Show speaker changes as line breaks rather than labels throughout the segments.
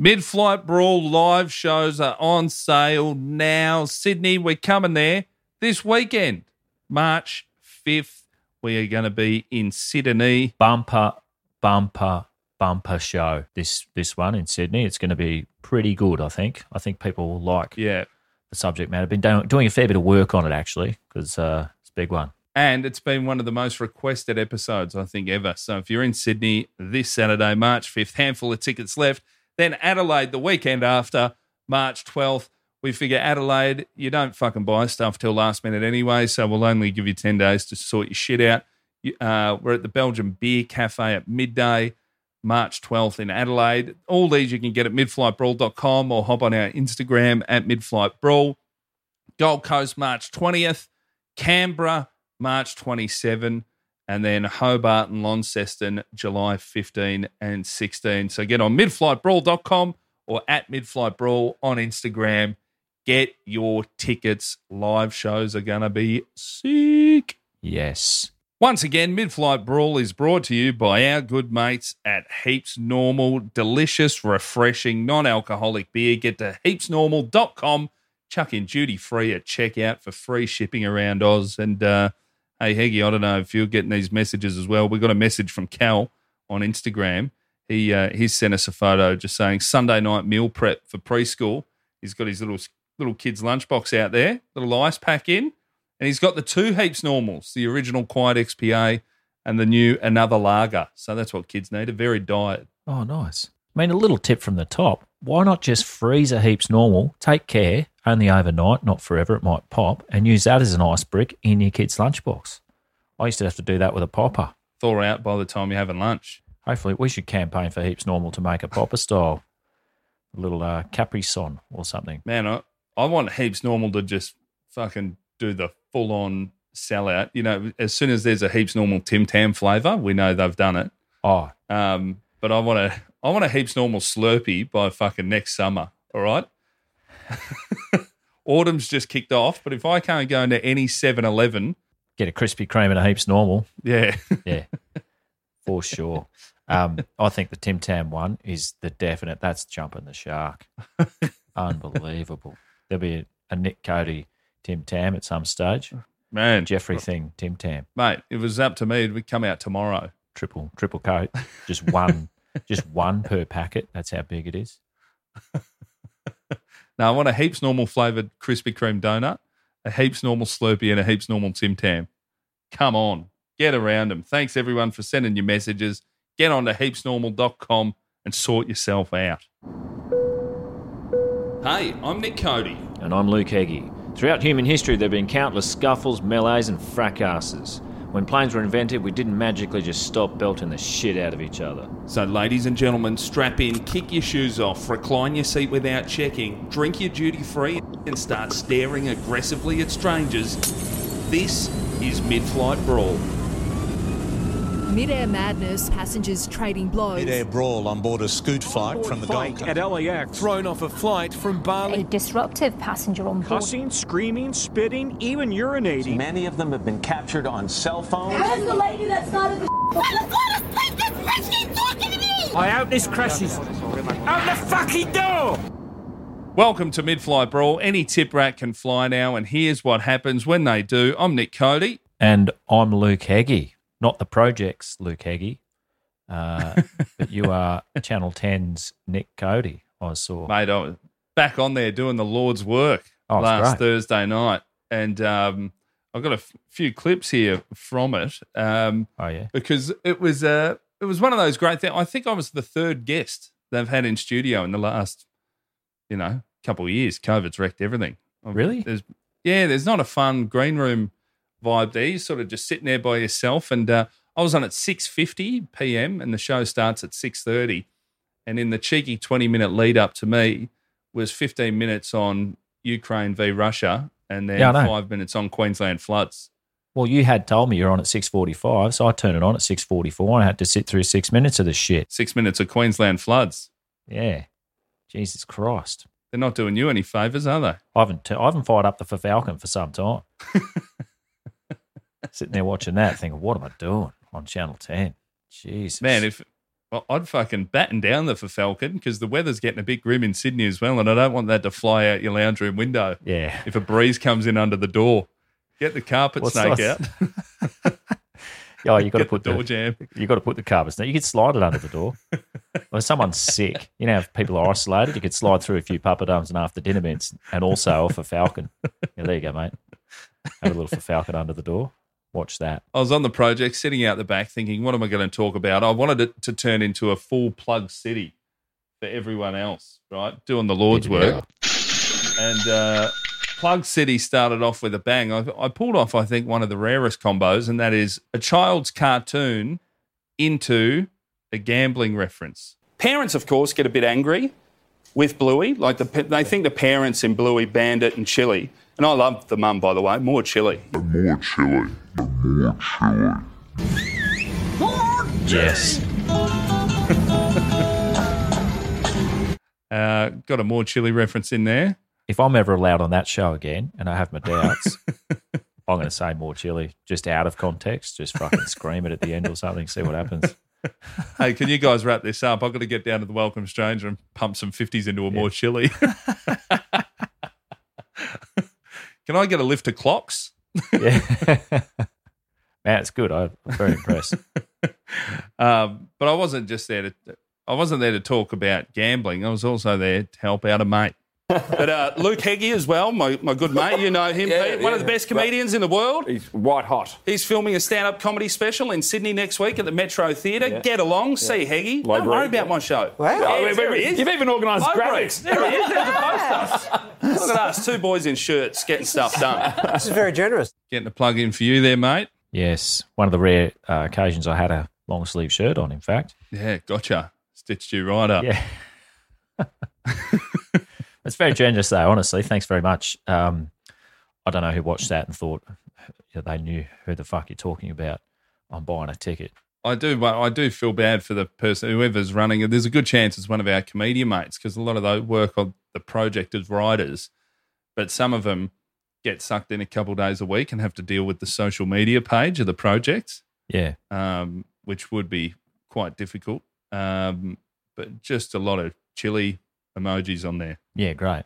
Mid Flight Brawl live shows are on sale now. Sydney, we're coming there this weekend, March 5th. We are going to be in Sydney.
Bumper, bumper, bumper show. This this one in Sydney. It's going to be pretty good. I think. I think people will like
Yeah.
the subject matter. Been doing, doing a fair bit of work on it actually because uh, it's a big one.
And it's been one of the most requested episodes, I think, ever. So if you're in Sydney this Saturday, March 5th, handful of tickets left. Then Adelaide the weekend after, March 12th. We figure Adelaide, you don't fucking buy stuff till last minute anyway. So we'll only give you 10 days to sort your shit out. You- Uh, we're at the Belgian Beer Cafe at midday, March 12th in Adelaide. All these you can get at midflightbrawl.com or hop on our Instagram at midflightbrawl. Gold Coast, March 20th. Canberra, March 27, and then Hobart and Launceston, July 15 and 16. So get on midflightbrawl.com or at midflightbrawl on Instagram. Get your tickets. Live shows are going to be sick.
Yes.
Once again, Midflight Brawl is brought to you by our good mates at Heaps Normal. Delicious, refreshing, non alcoholic beer. Get to heapsnormal.com. Chuck in duty free at checkout for free shipping around Oz. And uh, hey, Heggy, I don't know if you're getting these messages as well. We got a message from Cal on Instagram. He, uh, he sent us a photo just saying Sunday night meal prep for preschool. He's got his little, little kid's lunchbox out there, little ice pack in. And he's got the two heaps normals, the original Quiet XPA and the new Another Lager. So that's what kids need, a varied diet.
Oh, nice. I mean, a little tip from the top. Why not just freeze a heaps normal? Take care, only overnight, not forever. It might pop, and use that as an ice brick in your kid's lunchbox. I used to have to do that with a popper.
Thaw out by the time you're having lunch.
Hopefully, we should campaign for heaps normal to make a popper style, a little uh, Capri Sun or something.
Man, I, I want heaps normal to just fucking do the full on sellout. You know, as soon as there's a heaps normal Tim Tam flavour, we know they've done it.
Oh,
Um, but I want to, I want a heaps normal Slurpee by fucking next summer. All right. Autumn's just kicked off, but if I can't go into any 7 Eleven,
get a Krispy Kreme and a heaps normal.
yeah.
Yeah, for sure. Um, I think the Tim Tam one is the definite. That's jumping the shark. Unbelievable. There'll be a, a Nick Cody Tim Tam at some stage.
Man,
Jeffrey thing Tim Tam
mate, if it was up to me, it would come out tomorrow.
triple triple coat. Just one, just one per packet. That's how big it is.
Now I want a heaps normal flavored Krispy Kreme donut, a heaps normal Slurpee, and a heaps normal Tim Tam. Come on, get around them. Thanks everyone for sending your messages. Get on to heapsnormal.com and sort yourself out. Hey, I'm Nick Cody.
And I'm Luke Heggie. Throughout human history, there have been countless scuffles, melees, and fracasses. When planes were invented, we didn't magically just stop belting the shit out of each other.
So, ladies and gentlemen, strap in, kick your shoes off, recline your seat without checking, drink your duty free, and start staring aggressively at strangers. This is Mid Flight Brawl.
Midair madness, passengers trading blows.
Mid-air brawl on board a scoot flight from the Gold
fight
Coast.
at LAX.
thrown off a flight from
a
Bali.
disruptive passenger on board.
Cussing, screaming, spitting, even urinating.
Many of them have been captured on cell phones.
Where's the lady that started the talking to me?
I hope this crashes. Out the fucking door!
Welcome to Mid Flight Brawl. Any tip rat can fly now, and here's what happens when they do. I'm Nick Cody.
And I'm Luke Heggie, not the project's Luke Heggie, uh, but you are Channel 10's Nick Cody, I saw.
Mate, I was back on there doing the Lord's work
Oh, that's
last
great.
Thursday night, and um, I've got a f- few clips here from it um,
Oh, yeah.
because it was uh, it was one of those great things. I think I was the third guest they've had in studio in the last, you know, couple of years. COVID's wrecked everything. I've-
Really?
There's yeah, there's not a fun green room vibe there. You're sort of just sitting there by yourself, and uh, I was on at 6:50 p.m. and the show starts at 6:30. And in the cheeky 20-minute lead up to me was 15 minutes on Ukraine v Russia and then
Yeah, I know.
5 minutes on Queensland floods.
Well, you had told me you're on at six forty-five, so I turned it on at six forty-four, and I had to sit through six minutes of this shit.
6 minutes of Queensland floods.
Yeah, Jesus Christ,
They're not doing you any favors, are they?
I haven't t- I haven't fired up the for Falcon for some time. Sitting there watching that, thinking, what am I doing on Channel Ten? Jesus,
Man, if well, I'd fucking batten down the for Falcon because the weather's getting a bit grim in Sydney as well, and I don't want that to fly out your lounge room window.
yeah,
If a breeze comes in under the door, get the carpet
What's
snake
that?
out.
yeah, Oh, you got to
Get
put
the door
the,
jam.
you got to put the covers. Now you could slide it under the door. when someone's sick, you know, if people are isolated, you could slide through a few puppetums and after dinner mints, and also off a falcon. Yeah, there you go, mate. Have a little for falcon under the door. Watch that.
I was on the project, sitting out the back, thinking, "What am I going to talk about?" I wanted it to turn into a full plug city for everyone else, right? Doing the Lord's work, and uh, plug city started off with a bang. I, I pulled off, I think, one of the rarest combos, and that is a child's cartoon into a gambling reference. Parents, of course, get a bit angry with Bluey. Like the, pa- they think the parents in Bluey, Bandit, and Chili. And I love the mum, by the way, more Chili.
Yes.
Uh, got a more Chili reference in there.
If I'm ever allowed on that show again, and I have my doubts, I'm going to say more chili, just out of context, just fucking scream it at the end or something, see what happens.
hey, can you guys wrap this up? I've got to get down to the welcome stranger and pump some 50s into a more chili. can I get a lift to clocks?
Yeah. Man, it's good. I'm very impressed.
Um, but I wasn't just there to. I wasn't there to talk about gambling. I was also there to help out a mate. But uh, Luke Heggie as well, my, my good mate. You know him, Pete, one of the best comedians in the world.
He's white hot.
He's filming a stand up comedy special in Sydney next week at the Metro Theatre. Get along, see Heggie. Don't
Library,
worry about
yeah.
my show.
Yeah,
Yeah, there he is.
You've even organised
Library.
graphics.
There he is. There's the posters. Look at us, two boys in shirts getting stuff done.
This is very generous.
Getting a plug in for you there, mate.
Yes. One of the rare uh, occasions I had a long sleeve shirt on, in fact.
Yeah, gotcha. Stitched you right up.
Yeah. it's very generous, though, honestly. Thanks very much. Um, I don't know who watched that and thought yeah, they knew who the fuck you're talking about. I'm buying a ticket.
I do, but I do feel bad for the person whoever's running it. There's a good chance it's one of our comedian mates because a lot of those work on the project as writers, but some of them get sucked in a couple days a week and have to deal with the social media page of the project.
Yeah.
um, which would be quite difficult. Um, but just a lot of chili emojis on there.
Yeah, great.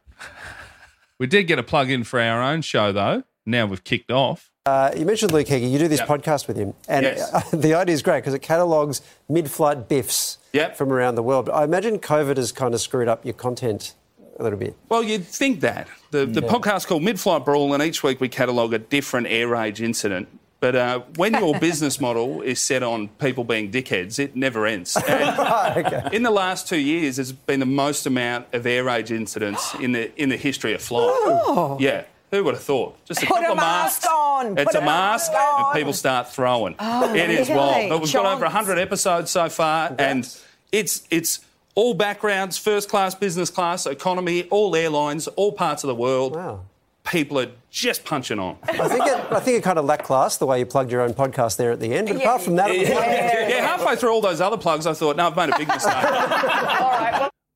We did get a plug in for our own show though. Now we've kicked off.
Uh, you mentioned Luke Heggie. You do this podcast with him, and
Yes.
uh, the idea is great because it catalogues mid-flight biffs
Yep.
from around the world. But I imagine COVID has kind of screwed up your content a little bit.
Well, you'd think that. The, the podcast's called Midflight Brawl, and each week we catalogue a different air rage incident. But uh, when your business model is set on people being dickheads, it never ends. And In the last two years, there's been the most amount of air rage incidents in the in the history of flight. Yeah, who would have thought? Just a
Put
couple
a
of masks.
mask on.
It's
Put
a
a
mask,
mask on. Oh,
and people start throwing. it is
really?
wild. But we've got over
Chance.
100 episodes so far, and it's it's all backgrounds, first class, business class, economy, all airlines, all parts of the world.
Wow.
People are just punching on.
I think it, I think it kind of lacked class the way you plugged your own podcast there at the end. But apart from that, it was great.
Yeah, halfway through all those other plugs, I thought, no, I've made a big mistake.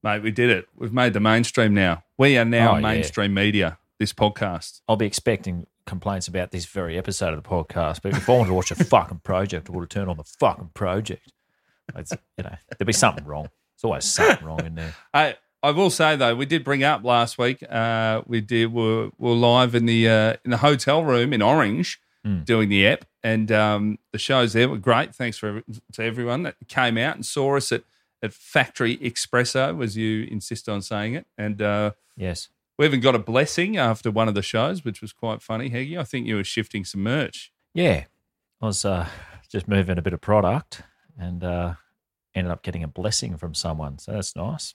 Mate, we did it. We've made the mainstream now. We are now
Oh, yeah.
mainstream media, this podcast.
I'll be expecting complaints about this very episode of the podcast. But if I wanted to watch a fucking project, I would have turned on the fucking project. It's, you know, there'd be something wrong. There's always something wrong in there.
I, I will say, though, we did bring up last week, uh, we did, were, were live in the, uh, in the hotel room in Orange
Hmm.
doing the app, and um, the shows there were great. Thanks for, to everyone that came out and saw us at, at Factory Espresso, as you insist on saying it. And uh,
Yes.
We even got a blessing after one of the shows, which was quite funny, Heggy. I think you were shifting some merch.
Yeah. I was uh, just moving a bit of product and uh, ended up getting a blessing from someone. So that's nice.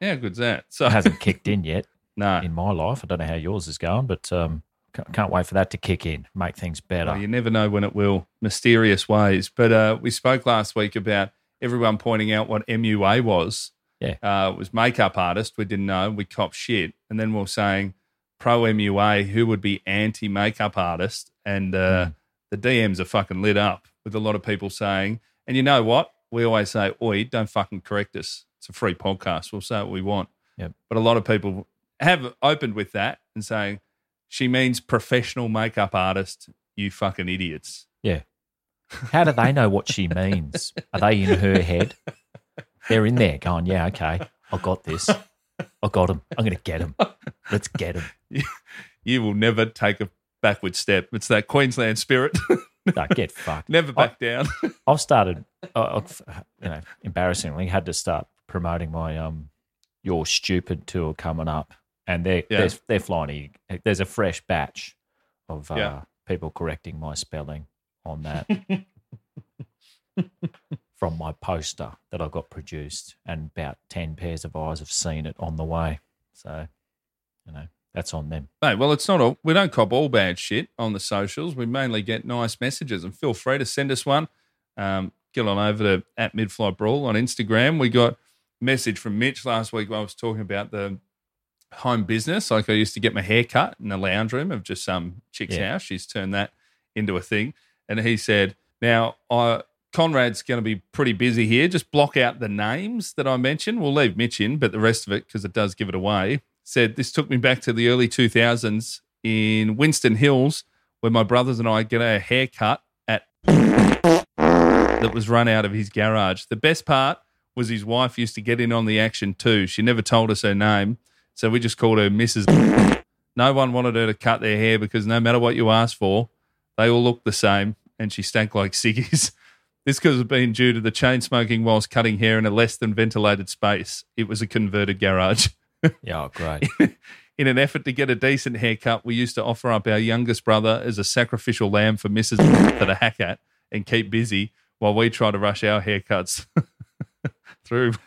How good's that? So
It hasn't kicked in yet
no,
in my life. I don't know how yours is going, but um, Ca- Can't wait for that to kick in, make things better.
Well, you never know when it will, mysterious ways. But uh, we spoke last week about everyone pointing out what MUA was.
Yeah.
Uh, it was makeup artist. We didn't know. We cop shit. And then we are saying pro MUA, who would be anti makeup artist? And
Hmm.
uh, the DMs are fucking lit up with a lot of people saying, and you know what? We always say, oi, don't fucking correct us. It's a free podcast. We'll say what we want.
Yep.
But a lot of people have opened with that and saying, she means professional makeup artist, you fucking idiots.
Yeah. How do they know what she means? Are they in her head? They're in there going, yeah, okay, I got this. I got him. I'm going to get him. Let's get him.
You will never take a backward step. It's that Queensland spirit.
No, get fucked.
never back down.
I've started, I- I've, you know, embarrassingly had to start promoting my um, your stupid tour coming up, and they're
Yeah.
they're, they're flying. e- There's a fresh batch of uh,
Yeah.
people correcting my spelling on that from my poster that I got produced, and about ten pairs of eyes have seen it on the way. So, you know, that's on them.
Mate, well, it's not all. We don't cop all bad shit on the socials. We mainly get nice messages, and feel free to send us one. Um, get on over to at Midflight Brawl on Instagram. We got a message from Mitch last week when I was talking about the home business. Like I used to get my hair cut in the lounge room of just some chick's
Yeah.
house. She's turned that into a thing. And he said, now I, Conrad's going to be pretty busy here. Just block out the names that I mentioned. We'll leave Mitch in, but the rest of it, because it does give it away, said this took me back to the early 2000s in Winston Hills where my brothers and I get a haircut at that was run out of his garage. The best part was his wife used to get in on the action too. She never told us her name, so we just called her Mrs. No one wanted her to cut their hair because no matter what you asked for, they all looked the same and she stank like ciggies. This could have been due to the chain smoking whilst cutting hair in a less than ventilated space. It was a converted garage.
Yeah, oh, great.
In an effort to get a decent haircut, we used to offer up our youngest brother as a sacrificial lamb for Mrs. for the hack at and keep busy while we try to rush our haircuts through.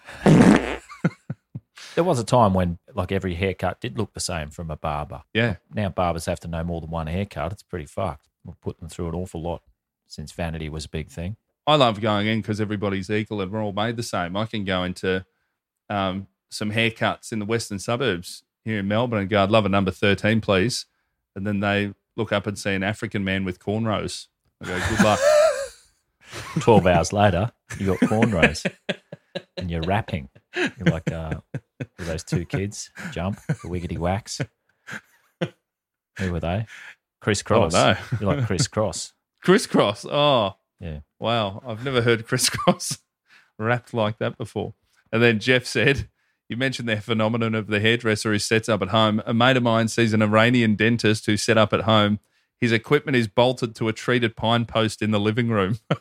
there was a time when like every haircut did look the same from a barber.
Yeah.
now barbers have to know more than one haircut. It's pretty fucked. We've put them through an awful lot since vanity was a big thing.
I love going in because everybody's equal and we're all made the same. I can go into um, some haircuts in the western suburbs here in Melbourne and go, I'd love a number 13, please. And then they look up and see an African man with cornrows. I go, good luck.
12 hours later, you got cornrows and you're rapping. You're like uh, those two kids, Jump, the Wiggity Wax. Who were they? Chris Cross.
know.
You're like Chris Cross.
Crisscross. Oh,
Yeah.
Wow, I've never heard crisscross wrapped like that before. And then Jeff said, You mentioned the phenomenon of the hairdresser who sets up at home. A mate of mine sees an Iranian dentist who set up at home. His equipment is bolted to a treated pine post in the living room.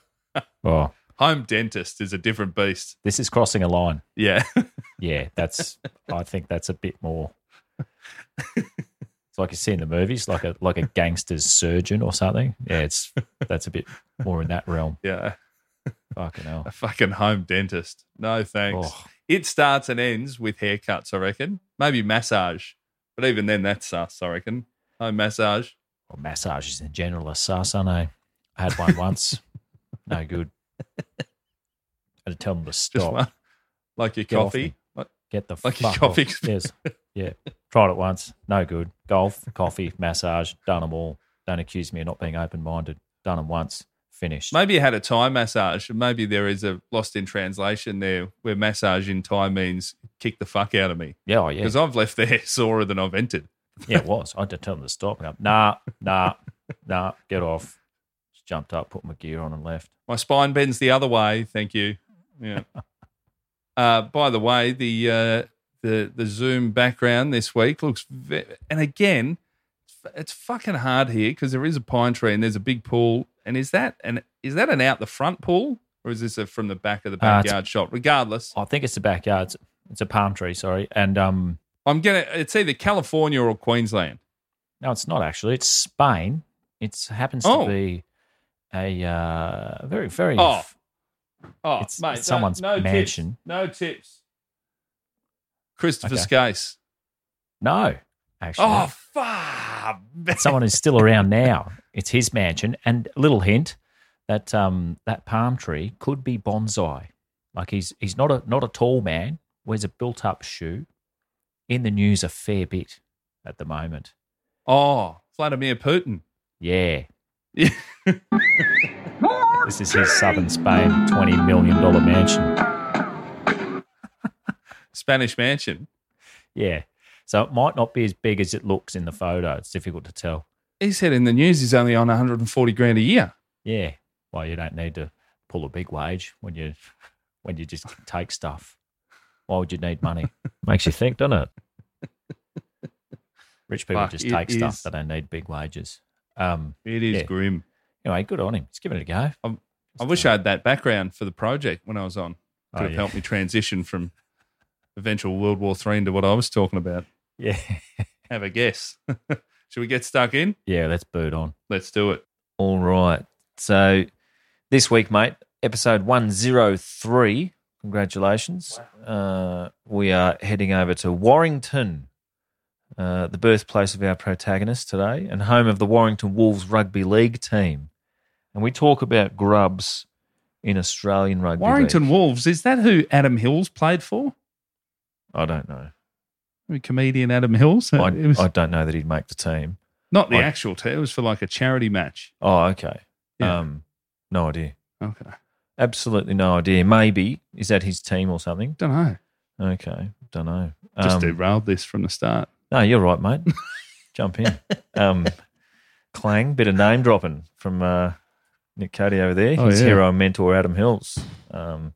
Oh,
home dentist is a different beast.
this is crossing a line.
Yeah.
Yeah, that's. I think that's a bit more. It's like you see in the movies, like a like a gangster's surgeon or something. Yeah, it's that's a bit more in that realm.
Yeah.
Fucking hell.
A fucking home dentist. No thanks.
Oh.
It starts and ends with haircuts, I reckon. Maybe massage. But even then, that's sus, I reckon. Home massage.
Well, massages in general are sus, aren't they? I had one once. No good. I had to tell them to
Just
stop.
one. Like your
Get off
coffee.
me. Get the
Like a
fuck
coffee
off. Yes. Yeah. Tried it once. No good. Golf, coffee, massage. Done them all. Don't accuse me of not being open minded. Done them once. Finished.
Maybe you had a Thai massage. Maybe there is a lost in translation there where massage in Thai means kick the fuck out of me.
Yeah. Oh, yeah.
Because I've left there sorer than I've entered.
Yeah, it was. I had to tell them to stop. And I'm, nah, nah, nah, get off. Just jumped up, put my gear on, and left.
My spine bends the other way. Thank you. Yeah. uh, by the way, the uh, the the Zoom background this week looks, ve- and again, it's fucking hard here because there is a pine tree and there's a big pool. And is that an is that an out the front pool or is this a from the back of the
Uh, it's-
backyard shot? Regardless,
I think it's the backyard. It's, it's a palm tree, sorry. And um,
I'm gonna. It's either California or Queensland.
no, it's not actually. It's Spain. It happens
Oh.
to be a uh, very, very.
Oh, Oh,
It's- mate, it's no- someone's no tips. mansion.
No tips. Christopher
Okay.
Skase.
No, actually.
Oh, fuck.
Someone who's still around now. It's his mansion. And little hint that um, that palm tree could be bonsai. Like he's he's not a not a tall man. Wears a built up shoe. In the news a fair bit at the moment.
Oh, Vladimir Putin.
Yeah. This is his southern Spain twenty million dollar mansion.
Spanish mansion.
Yeah. So it might not be as big as it looks in the photo. It's difficult to tell.
He said in the news he's only on 140 grand a year.
Yeah. Well, you don't need to pull a big wage when you when you just take stuff. Why would you need money? Makes you think, doesn't it? Rich people
Fuck,
just
it
take
is-
stuff. They don't need big wages. Um,
It is
Yeah.
grim.
anyway, good on him. He's giving it a go.
I wish I had that background for the project when I was on. Could
uh, Oh,
have
yeah.
helped me transition from eventual World War Three into what I was talking about.
Yeah.
Have a guess. Should we get stuck in?
Yeah, let's boot on.
Let's do it.
All right. So this week, mate, episode 103. Congratulations. Uh, we are heading over to Warrington, uh, the birthplace of our protagonist today and home of the Warrington Wolves rugby league team. And we talk about grubs in Australian rugby.
Warrington
league.
Wolves, is that who Adam Hills played for?
I don't know.
The comedian Adam Hills?
I,
it was
I don't know that he'd make the team.
not the
I-
actual team, it was for like a charity match.
Oh, okay.
Yeah.
Um, no idea.
Okay.
Absolutely no idea. Maybe is that his team or something?
Don't know.
Okay, don't know.
Just
Um,
derailed this from the start.
no, you're right, mate. Jump in. Um, clang, bit of name dropping from uh, Nick Cody over there.
Oh,
His
yeah.
hero and mentor, Adam Hills. Um,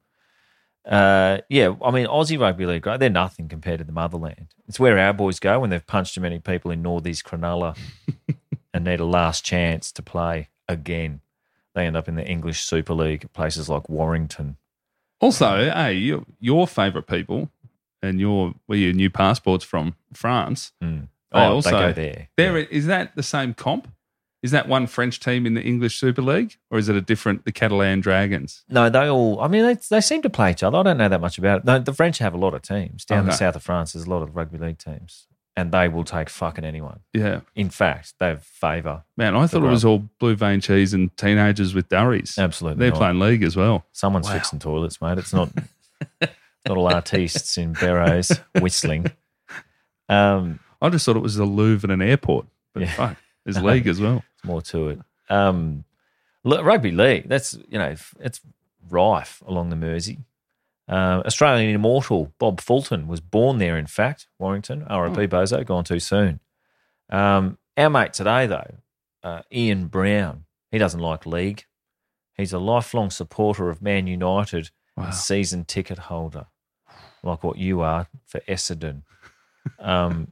uh, yeah, I mean, Aussie Rugby League, right? They're nothing compared to the motherland. It's where our boys go when they've punched too many people in North East Cronulla and need a last chance to play again. They end up in the English Super League, places like Warrington.
Also, hey, your, your favourite people and your where your new passports from France.
Mm.
They
Oh,
also-
they go there.
There is that the same comp? Is that one French team in the English Super League, or is it a different the Catalan Dragons?
No, they all. I mean, they, they seem to play each other. I don't know that much about it. No, the French have a lot of teams down the
Okay.
south of France. There's a lot of rugby league teams, and they will take fucking anyone.
Yeah,
In fact, they favour
man, I thought it was all blue vein cheese and teenagers with durries.
absolutely.
They're
not.
playing league as well.
Someone's fixing toilets, mate. It's not little artistes in berets whistling. Um,
I just thought it was the Louvre and an airport, but
Yeah.
fuck, there's league as well.
There's more to it. Um, look, rugby league, that's, you know, f- it's rife along the Mersey. Um, Australian immortal Bob Fulton was born there, in fact, Warrington. RIP Bozo, gone too soon. Um, our mate today, though, uh, Ian Brown, he doesn't like league. He's a lifelong supporter of Man United
Wow.
and season ticket holder, like what you are for Essendon. Um,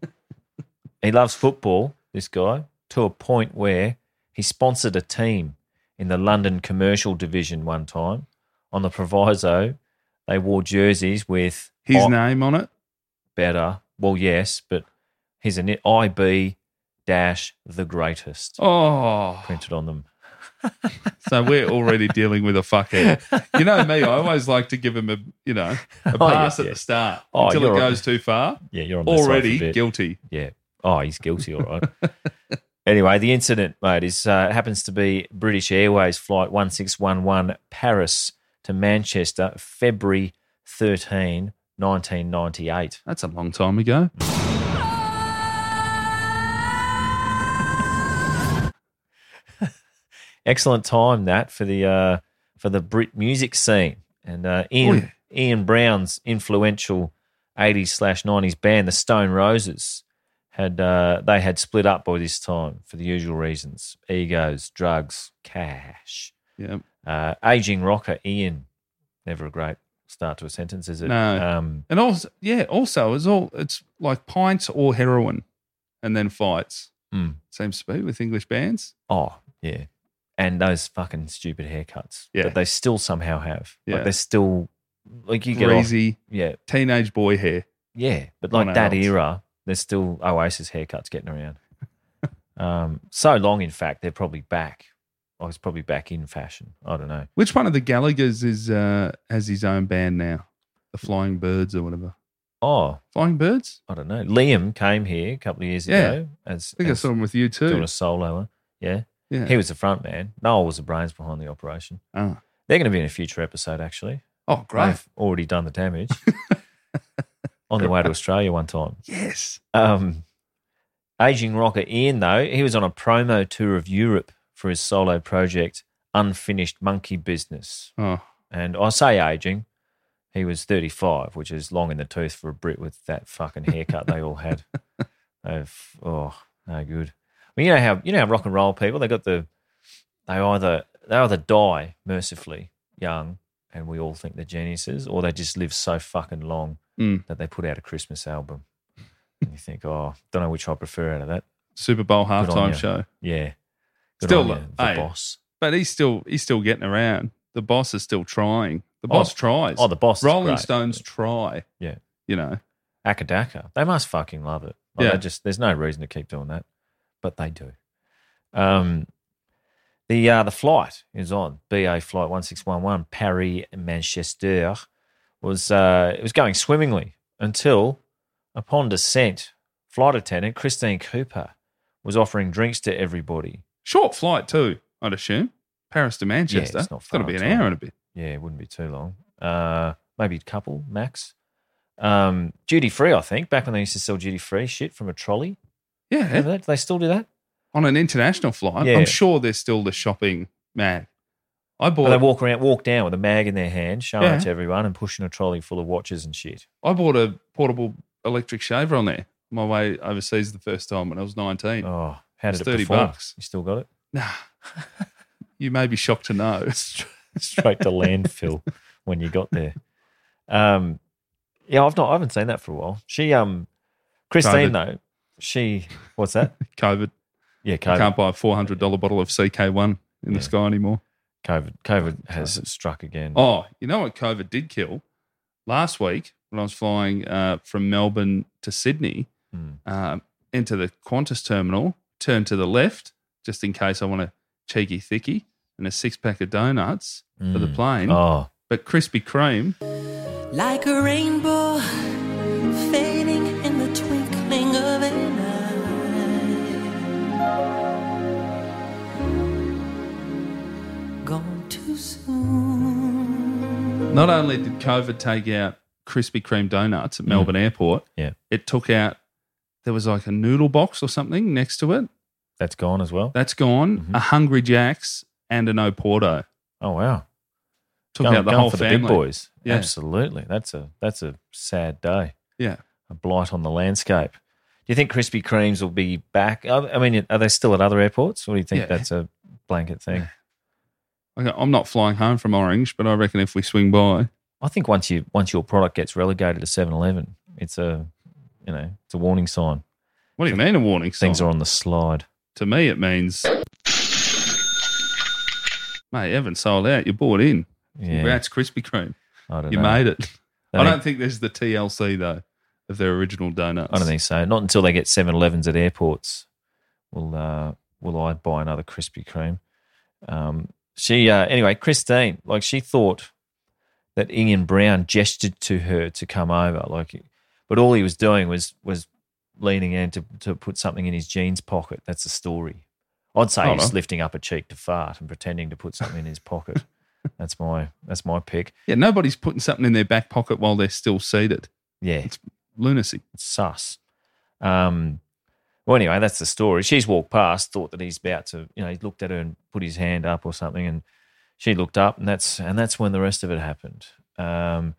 he loves football, this guy, to a point where he sponsored a team in the London commercial division one time on the proviso they wore jerseys with
His
"I-
name on it.
better. Well, yes, but his ini- IB dash the greatest
Oh,
printed on them.
so we're already dealing with a fuckhead. You know me, I always like to give him a you know a pass
yes,
at the
yes.
start
Oh,
until it
you're-
goes too far.
Yeah, you're on the side for
Already
bit.
guilty.
Yeah. Oh, he's guilty, all right. anyway, the incident, mate, is uh, happens to be British Airways flight 1611 Paris to Manchester, February 13, 1998.
That's a long time ago.
excellent time that for the uh, for the Brit music scene. And uh, Ian
Oh,
Ian Brown's influential '80s slash '90s band, the Stone Roses, had uh, they had split up by this time for the usual reasons: egos, drugs, cash.
Yeah.
Uh, aging rocker Ian, never a great start to a sentence, is it?
No.
Um,
And also, yeah, also it's all it's like pints or heroin, and then fights.
Hmm.
Seems to be with English bands.
Oh, yeah. And those fucking stupid haircuts
Yeah.
that they still somehow have.
Yeah.
Like they're still like you get off,
Greasy
yeah,
teenage boy hair.
Yeah, but
on
like that
adults.
era, there's still Oasis haircuts getting around. Um, so long, in fact, they're probably back. I was probably back in fashion. I don't know.
Which one of the Gallagher's is uh, has his own band now? The Flying Birds or whatever.
Oh,
Flying Birds?
I don't know. Liam came here a couple of years
Yeah.
ago as,
I think I
as
saw them with you too.
doing a soloer. Yeah.
Yeah.
He was the front man. Noel was the brains behind the operation.
Ah.
They're going to be in a future episode, actually.
Oh, great.
They've already done the damage on their way to Australia one time.
Yes.
Um, aging rocker Ian, though, he was on a promo tour of Europe for his solo project, Unfinished Monkey Business.
Oh,
And I say aging, he was 35, which is long in the tooth for a Brit with that fucking haircut they all had. They've, oh, no good. Well, you know how you know how rock and roll people they got the they either they either die mercifully young and we all think they're geniuses, or they just live so fucking long
Mm.
that they put out a Christmas album. and you think, oh, don't know which I prefer out of that.
Super Bowl
on
halftime
you.
show.
Yeah,
Still
on
though,
you, the
hey,
boss.
But he's still he's still getting around. The boss is still trying. The boss
Oh.
tries.
Oh, the boss is
Rolling
great.
Stones try.
Yeah.
You know.
Akadaka. They must fucking love it. Like,
Yeah.
they just there's no reason to keep doing that, but they do. Um, the uh, the flight is on BA flight one six one one Paris Manchester was uh, it was going swimmingly until upon descent, flight attendant Christine Cooper was offering drinks to everybody.
Short flight too, I'd assume. Paris to Manchester.
it's not
It's gotta
far
be an
at all.
hour and a bit.
Yeah, it wouldn't be too long. Uh, maybe a couple max. Um, duty free, I think. Back when they used to sell duty free shit from a trolley,
Yeah.
Remember that? Do they still do that?
On an international flight.
Yeah.
I'm sure there's still the shopping man. I
But they
bought
walk around, walk down with a mag in their hand, showing
Yeah.
it to everyone, and pushing a trolley full of watches and shit.
I bought a portable electric shaver on there my way overseas the first time when I was nineteen.
Oh, how
It's
did it
30
perform?
bucks.
You still got it?
Nah. you may be shocked to know.
Straight to landfill when you got there. Um, yeah, I've not, I haven't seen that for a while. She, um, Christine
Covid.
though, she, what's that?
COVID.
Yeah,
You
COVID,
can't buy a four hundred dollar bottle of CK one in
Yeah.
the sky anymore.
COVID, COVID has struck again.
Oh, you know what COVID did kill? Last week, when I was flying uh, from Melbourne to Sydney,
Mm.
um, into the Qantas terminal, turn to the left, just in case I want a cheeky thickie and a six pack of donuts for the
Mm.
plane.
Oh,
But Krispy Kreme,
Like a rainbow fading in the twinkling of an eye. Gone too soon.
not only did COVID take out Krispy Kreme donuts at Melbourne Airport,
Mm. Yeah.
it took out, there was like a noodle box or something next to it.
that's gone as well.
That's gone.
Mhm.
A Hungry Jack's and an Oporto.
Oh, wow.
Took
Going-
out the
going
whole
for
family.
the big boys.
Yeah.
Absolutely. That's a, that's a sad day.
Yeah.
a blight on the landscape. Do you think Krispy Kremes will be back? I I mean, are they still at other airports, or do you think
Yeah.
that's a blanket thing?
Okay, I'm not flying home from Orange, but I reckon if we swing by,
I think once you once your product gets relegated to 7-Eleven, it's a you know it's a warning sign.
what do you mean a warning sign?
Things are on the slide.
to me, it means, mate, you haven't sold out. You bought in.
Yeah,
That's Krispy Kreme.
I don't
You
know.
made it.
I
uh, I
think-
don't think there's the TLC though of their original donuts.
I don't think so. Not until they get 7-Elevens at airports will uh, will I buy another Krispy Kreme. Um, she uh, anyway, Christine, like she thought that Ian Brown gestured to her to come over, like, but all he was doing was was leaning in to to put something in his jeans pocket. That's the story. I'd say
Oh,
he's
no.
lifting up a cheek to fart and pretending to put something in his pocket. That's my that's my pick.
Yeah, nobody's putting something in their back pocket while they're still seated.
Yeah,
Lunacy.
sus. Um, well, anyway, that's the story. She's walked past, thought that he's about to, you know, he looked at her and put his hand up or something, and she looked up, and that's and that's when the rest of it happened. Um,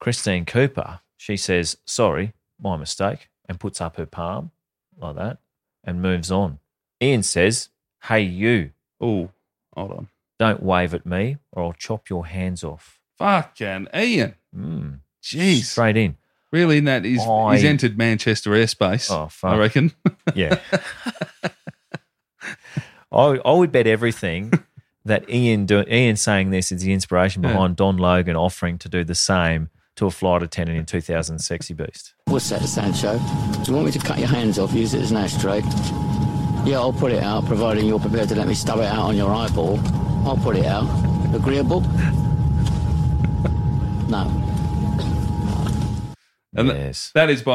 Christine Cooper, she says, "Sorry, my mistake," and puts up her palm like that and moves on. Ian says, "Hey, you,
Oh, hold on.
don't wave at me, or I'll chop your hands off."
Fucking Ian.
Mm,
Jeez.
straight in.
Really, in that he's, he's
I-
entered Manchester airspace.
Oh, fuck.
I reckon.
Yeah. I, I would bet everything that Ian do, Ian saying this is the inspiration
Yeah.
behind Don Logan offering to do the same to a flight attendant in 2000 Sexy Beast.
What's that, Sancho? Do you want me to cut your hands off? Use it as an ashtray. Yeah, I'll put it out, providing you're prepared to let me stub it out on your eyeball. I'll put it out. Agreeable? No.
And th- that is by.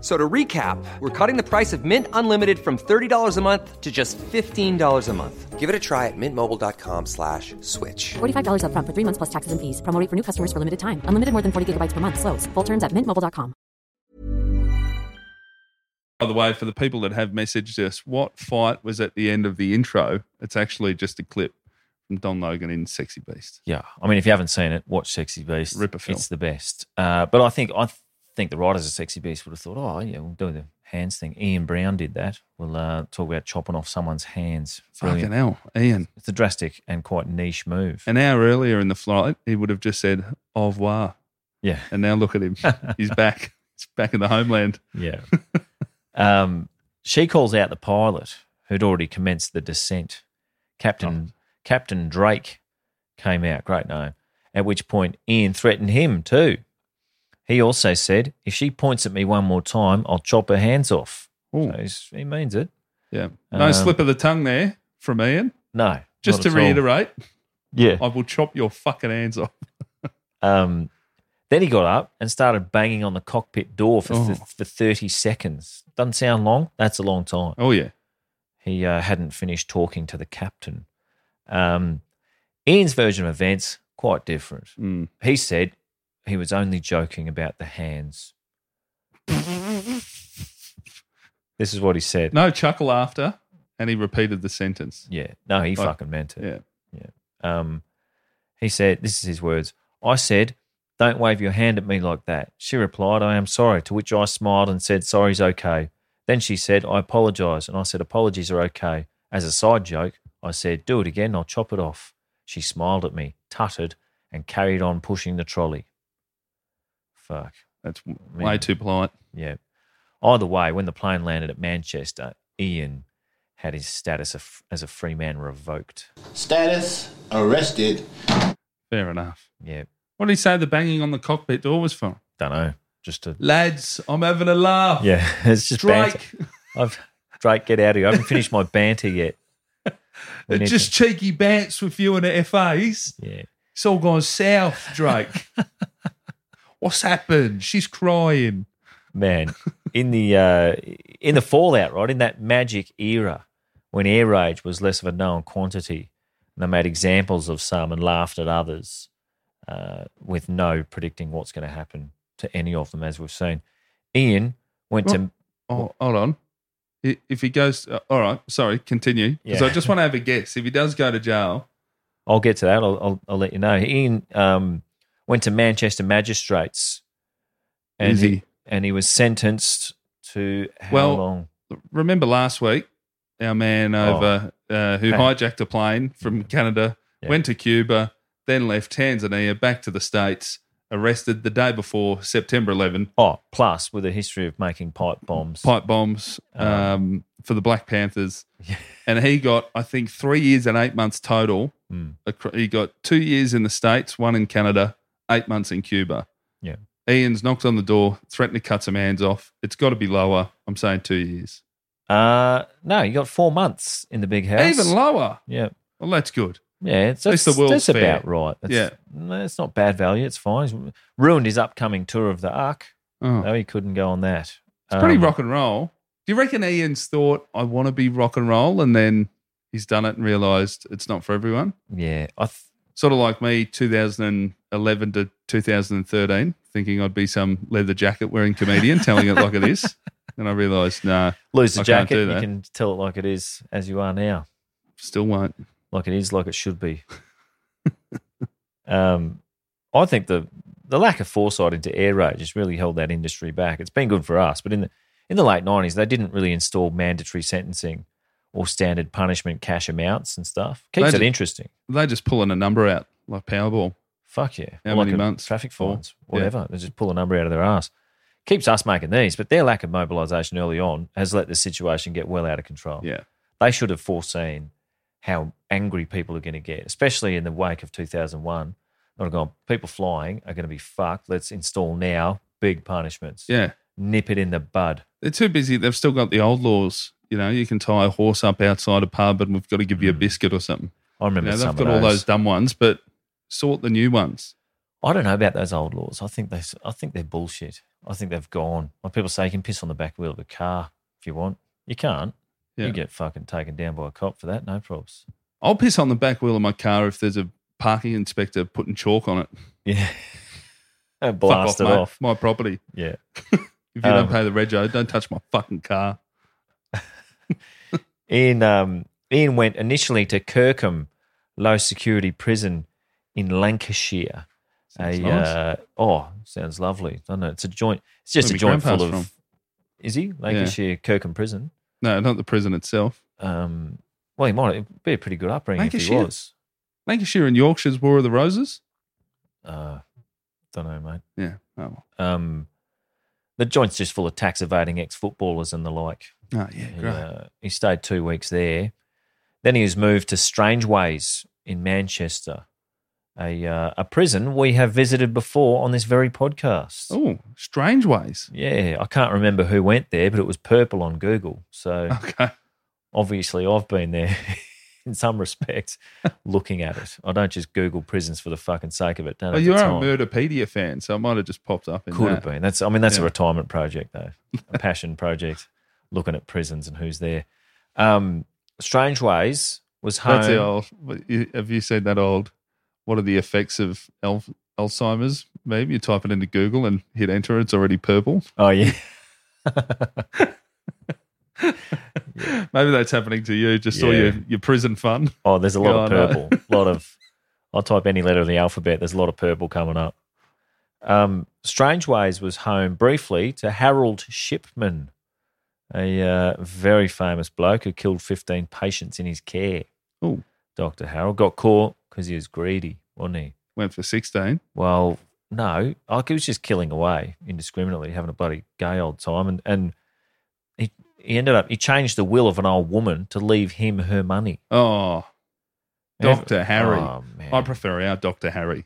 So to recap, we're cutting the price of Mint Unlimited from $30 a month to just $15 a month. Give it a try at mintmobile.com slash switch.
$45 up front for three months plus taxes and fees. Promoting for new customers for limited time. Unlimited more than 40 gigabytes per month. Slows. Full terms at mintmobile.com.
By the way, for the people that have messaged us, what fight was at the end of the intro? It's actually just a clip from Don Logan in Sexy Beast.
Yeah, I mean, if you haven't seen it, watch Sexy Beast.
Ripper film.
It's the best. Uh, but I think I th- think the writers of Sexy Beast would have thought, oh yeah, we'll do the hands thing. Ian Brown did that. We'll uh, talk about chopping off someone's hands.
Fucking hell, Ian.
It's a drastic and quite niche move.
An hour earlier in the flight, he would have just said au revoir.
Yeah.
And now look at him. He's back. He's back in the homeland.
Yeah. um, she calls out the pilot who'd already commenced the descent.
Oh.
Captain Captain Drake came out. Great name. At which point Ian threatened him too. He also said, if she points at me one more time, I'll chop her hands off.
Ooh.
So he's- he means it.
Yeah. No
Um,
slip of the tongue there from Ian.
No.
Just
not
to
at all.
reiterate,
Yeah.
I will chop your fucking hands off.
Um, then he got up and started banging on the cockpit door for,
Oh.
th- for 30 seconds. Doesn't sound long. That's a long time.
Oh, yeah.
He uh, hadn't finished talking to the captain. Um, Ian's version of events, quite different.
Mm.
He said he was only joking about the hands. this is what he said.
No chuckle after. And he repeated the sentence.
Yeah. No, he
Like-
fucking meant it.
Yeah.
Yeah. Um, he said, this is his words. I said, don't wave your hand at me like that. She replied, I am sorry, to which I smiled and said, sorry's okay. Then she said, I apologize. And I said, apologies are okay. As a side joke, I said, do it again, I'll chop it off. She smiled at me, tutted, and carried on pushing the trolley. Fuck.
That's w-
Man.
way too polite.
Yeah. Either way, when the plane landed at Manchester, Ian had his status of, as a free man revoked.
Status arrested.
Fair enough.
Yeah.
What did he say the banging on the cockpit door was for?
Don't know. Just a
Lads, I'm having a laugh.
yeah. It's just
Drake.
banter. I've Drake, get out of here. I haven't finished my banter yet. We need
Just cheeky bants with you and the FAs.
to- yeah.
It's all gone south, Drake. What's happened? She's crying.
man in the uh, in the fallout right in that magic era when air rage was less of a known quantity and they made examples of some and laughed at others uh, with no predicting what's going to happen to any of them as we've seen ian went to
Oh, hold on. I- If he goes, uh, all right, sorry, continue. Because
Yeah.
I just want to have a guess. If he does go to jail,
i'll get to that i'll, I'll, I'll let you know ian um, went to manchester magistrates and
Is
he?
he?
and he was sentenced to how
Well,
long
remember last week, our man
Oh.
over uh, who
Hey.
hijacked a plane from Canada,
Yeah.
went to Cuba, then left Tanzania, back to the States, arrested the day before September 11,
oh plus with a history of making pipe bombs
pipe bombs um, for the Black Panthers.
Yeah.
And he got, I think, three years and eight months total.
Hmm.
Acro- He got two years in the States, one in Canada, eight months in Cuba.
Yeah.
Ian's knocked on the door, threatened to cut some hands off. It's got to be lower. I'm saying two years.
Uh no, you got four months in the big house.
Even lower.
yeah,
Well, that's good.
yeah. It's,
least
that's,
the world's
that's
fair.
about right. That's,
Yeah.
no, it's not bad value. It's fine. He's ruined his upcoming tour of the Ark.
Oh.
No, he couldn't go on that.
It's pretty
Um,
rock and roll. Do you reckon Ian's thought, I want to be rock and roll? And then he's done it and realized it's not for everyone.
Yeah, I th-
Sort of like me, 2011 to 2013, thinking I'd be some leather jacket wearing comedian telling it like it is. And I realized, nah,
lose the
I can't
jacket.
do
You
that.
can tell it like it is, as you are now.
still won't.
like it is, like it should be. um, I think the the lack of foresight into air rage has really held that industry back. It's been good for us, but in the in the late nineties, they didn't really install mandatory sentencing or standard punishment cash amounts and stuff. Keeps
Imagine-
it interesting.
They're just pulling a number out like Powerball.
Fuck yeah!
How
Or
many
a
months?
Traffic
Four.
fines, whatever. They just pull a number out of their ass. Keeps us making these, but their lack of mobilisation early on has let the situation get well out of control
Yeah.
they should have foreseen how angry people are going to get, especially in the wake of 2001. Not have gone, people flying are going to be fucked. Let's install now big punishments.
Yeah.
Nip it in the bud.
They're too busy. They've still got the old laws. You know, you can tie a horse up outside a pub and we've got to give you a biscuit or something.
I remember
You know,
Mm. some
they've got
of
all
those.
those dumb ones, but sort the new ones.
I don't know about those old laws. I think they, I think they're bullshit. I think they've gone. Like people say, you can piss on the back wheel of a car if you want. You can't.
Yeah.
You get fucking taken down by a cop for that. No props.
I'll piss on the back wheel of my car if there's a parking inspector putting chalk on it.
Yeah. And
Fuck
blast it
mate.
off.
My property.
Yeah.
If you don't
Um,
pay the rego, don't touch my fucking car.
Ian, um, Ian went initially to Kirkham Low Security Prison in Lancashire.
Sounds
a,
nice.
uh, oh, sounds lovely. I know it's a joint. It's just
Where
a
my
joint full of.
grandpa's
Is he Lancashire Kirkham Prison?
No, not the prison itself.
Um, well, he might it'd be a pretty good upbringing if he
Lancashire?
was.
Lancashire and Yorkshire's War of the Roses.
Uh, don't know, mate.
Yeah. Oh, well.
Um, the joint's just full of tax evading ex footballers and the like.
oh yeah,
He,
great.
uh, he stayed two weeks there. Then he was moved to Strangeways in Manchester, a uh, a prison we have visited before on this very podcast.
Oh, strange ways.
Yeah, I can't remember who went there, but it was purple on Google. So
Okay.
obviously, I've been there in some respects. looking at it, I don't just Google prisons for the fucking sake of it. Don't
Well,
have
Oh, you
the
are a
time.
Murderpedia fan, so it might have just popped up in
Could
that.
have been. That's. I mean, that's a
Yeah.
retirement project though, a passion project, looking at prisons and who's there. Um, Strange Ways was home.
That's the old. what- you- Have you seen that old? What are the effects of Al- Alzheimer's? Maybe you type it into Google and hit enter. It's already purple.
Oh yeah,
Maybe that's happening to you. Just all
Yeah.
your, your prison fun.
Oh, there's a lot of
Yeah, I know.
purple. lot of. I'll type any letter of the alphabet. There's a lot of purple coming up. Um, Strange Ways was home briefly to Harold Shipman, a uh, very famous bloke who killed 15 patients in his care.
Oh,
Dr. Harold got caught because he was greedy, wasn't he?
went for sixteen.
Well, no, like he was just killing away indiscriminately, having a bloody gay old time, and and he he ended up he changed the will of an old woman to leave him her money.
Oh, Doctor Harry.
Oh, man.
I prefer our Doctor Harry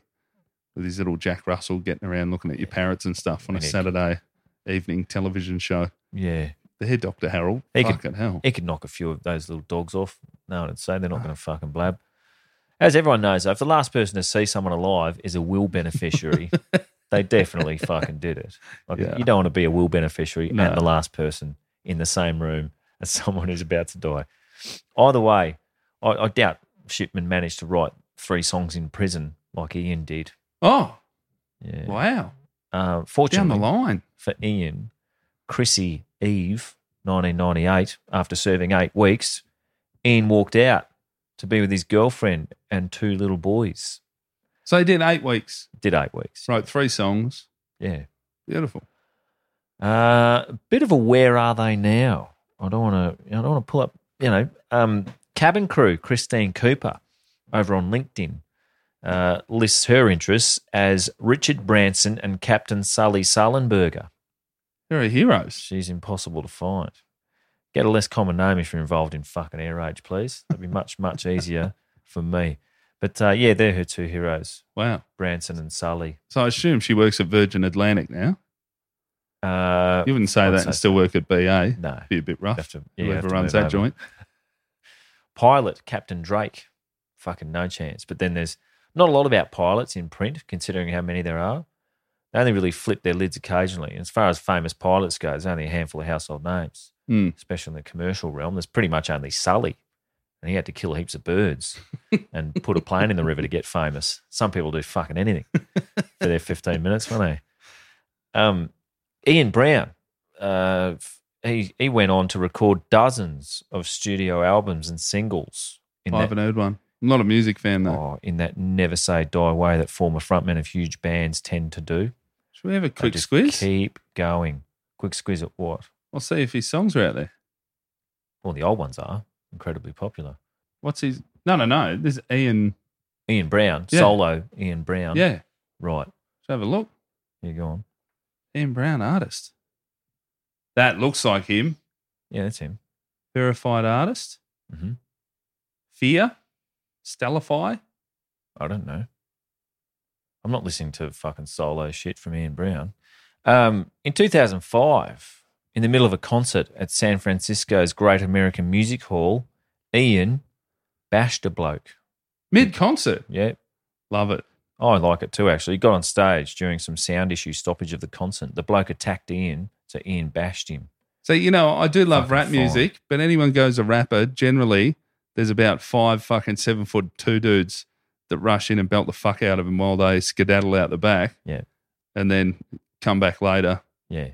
with his little Jack Russell getting around looking at your parrots and stuff on a
Manic.
Saturday evening television show.
Yeah,
They're Doctor Harold.
He could-
Fucking hell.
he could knock a few of those little dogs off. No one would say
Ah.
they're not going to fucking blab. As everyone knows, though, if the last person to see someone alive is a will beneficiary, they definitely fucking did it. Like,
Yeah.
You don't want to be a will beneficiary
No.
and the last person in the same room as someone who's about to die. Either way, I, I doubt Shipman managed to write three songs in prison like Ian did.
Oh,
Yeah.
wow.
Uh,
Down
fortunately,
the line.
for Ian, Chrissy Eve, 1998, after serving eight weeks, Ian walked out to be with his girlfriend and two little boys.
So he did eight weeks,
Did eight weeks.
wrote three songs.
Yeah.
Beautiful.
Uh, a bit of a where are they now? I don't want to. I don't want to pull up. You know, um, cabin crew Christine Cooper over on LinkedIn uh, lists her interests as Richard Branson and Captain Sully Sullenberger.
They're a heroes.
She's impossible to find. Get a less common name if you're involved in fucking air rage, please. That'd be much, much easier for me. But uh, yeah, they're her two heroes,
Wow.
Branson and Sully.
So I assume she works at Virgin Atlantic now.
Uh,
You wouldn't say
I'd
that and still work at BA.
No.
Be a bit rough.
Have to- yeah, you have
Whoever
to
runs
move
that
over.
joint.
Pilot, Captain Drake. Fucking no chance. But then there's not a lot about pilots in print, considering how many there are. They only really flip their lids occasionally. And as far as famous pilots go, there's only a handful of household names,
Hmm.
especially in the commercial realm. There's pretty much only Sully. And he had to kill heaps of birds and put a plane in the river to get famous. Some people do fucking anything for their 15 minutes, won't they? Um, Ian Brown, uh, he he went on to record dozens of studio albums and singles in
I
that,
haven't heard one. I'm not a music fan though.
oh, in that never say die way that former frontmen of huge bands tend to do.
Should we have a
They
quick
just
squeeze?
Keep going. Quick squeeze at what?
I'll see if his songs are out there.
Well, the old ones are incredibly popular.
What's his? No, no, no. This is Ian.
Ian Brown,
Yeah.
solo Ian Brown.
Yeah.
Right.
Should have a look.
You go on.
Ian Brown artist. That looks like him.
Yeah, that's him.
Verified artist.
hmm
Fear. Stellify.
I don't know. I'm not listening to fucking solo shit from Ian Brown. Um, in 2005, in the middle of a concert at San Francisco's Great American Music Hall, Ian bashed a bloke.
Mid concert?
Yeah.
Love it.
Oh, I like it too, actually. He got on stage during some sound issue stoppage of the concert. The bloke attacked Ian, so Ian bashed him.
So, you know, I do love
Fucking
rap
fine.
music, but anyone goes a rapper, generally, there's about five fucking seven foot two dudes that rush in and belt the fuck out of him while they skedaddle out the back.
Yeah.
And then come back later,
Yeah.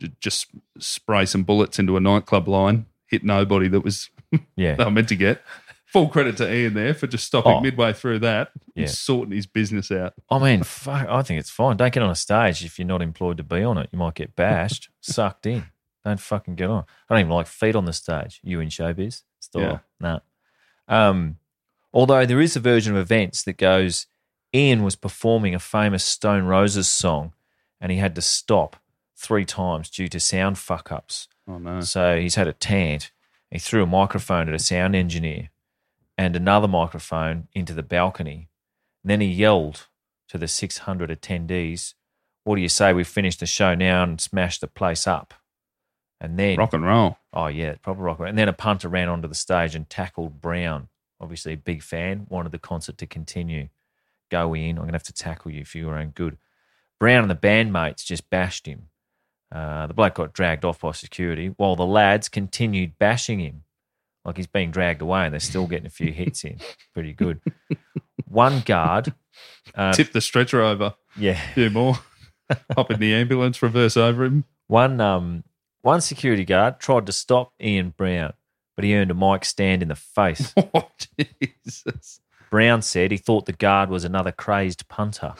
j- just spray some bullets into a nightclub line, hit nobody that was
Yeah.
they were meant to get. Full credit to Ian there for just stopping
Oh.
midway through that.
Yeah.
He's sorting his business out.
I mean, fuck, I think it's fine. Don't get on a stage if you're not employed to be on it. You might get bashed, sucked in. Don't fucking get on. I don't even like feet on the stage. You in showbiz? Still,
Yeah.
nah. Um, although there is a version of events that goes, Ian was performing a famous Stone Roses song and he had to stop three times due to sound fuck ups.
Oh, no.
So he's had a tant. He threw a microphone at a sound engineer and another microphone into the balcony. And then he yelled to the 600 attendees, What do you say we finish the show now and smash the place up? And then,
Rock and roll.
oh, yeah, proper rock. And then a punter ran onto the stage and tackled Brown. Obviously, a big fan, wanted the concert to continue. Go in. I'm going to have to tackle you for your own good. Brown and the bandmates just bashed him. Uh, the bloke got dragged off by security while the lads continued bashing him. Like he's being dragged away and they're still getting a few hits in. Pretty good. One guard. Uh,
Tip the stretcher over.
Yeah.
Do more. Hop in the ambulance, reverse over him.
One um one security guard tried to stop Ian Brown, but he earned a mic stand in the face.
Oh, Jesus.
Brown said he thought the guard was another crazed punter.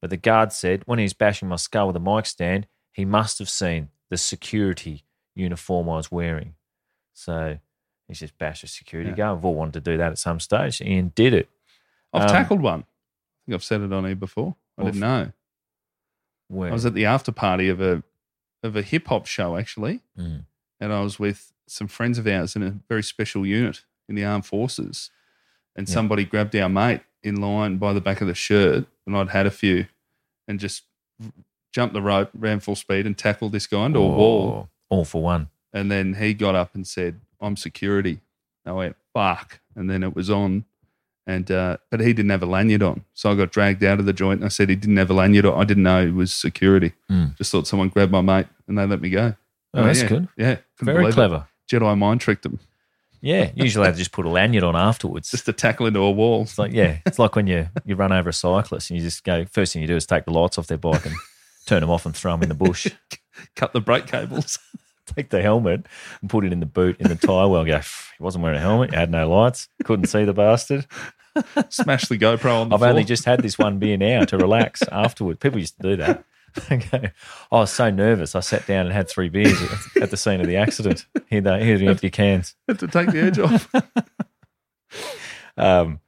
But the guard said when he was bashing my skull with a mic stand, he must have seen the security uniform I was wearing. So he's just bashed a security
Yeah.
guard. We've all wanted to do that at some stage. Ian did it.
I've
Um,
tackled one. I think I've said it on here before. I
Oof.
didn't know.
Where?
I was at the after party of a of a hip hop show actually,
Mm.
and I was with some friends of ours in a very special unit in the armed forces, and
Yeah.
somebody grabbed our mate in line by the back of the shirt, and I'd had a few, and just jumped the rope, ran full speed, and tackled this guy into a wall,
Oh, All for one.
and then he got up and said, "I'm security." And I went, "Fuck!" And then it was on, and uh, but he didn't have a lanyard on, so I got dragged out of the joint. And I said he didn't have a lanyard on. I didn't know it was security.
Mm.
Just thought someone grabbed my mate, and they let me go.
Oh, that's
yeah,
good.
Yeah, couldn't
Very
believe it.
clever.
Jedi mind tricked them.
Yeah. Usually I have to just put a lanyard on afterwards.
Just to tackle into a wall.
It's like yeah, it's like when you you run over a cyclist and you just go first thing you do is take the lights off their bike and turn them off and throw them in the bush.
Cut the brake cables.
take the helmet and put it in the boot in the tire well. and Go, "Pff, he wasn't wearing a helmet. He had no lights. Couldn't see the bastard.
Smash the GoPro on the
I've
floor.
only just had this one beer now to relax afterward. People used to do that. Okay. I was so nervous. I sat down and had three beers at- at the scene of the accident. Here they, here are the empty cans.
had to take the edge off.
Um,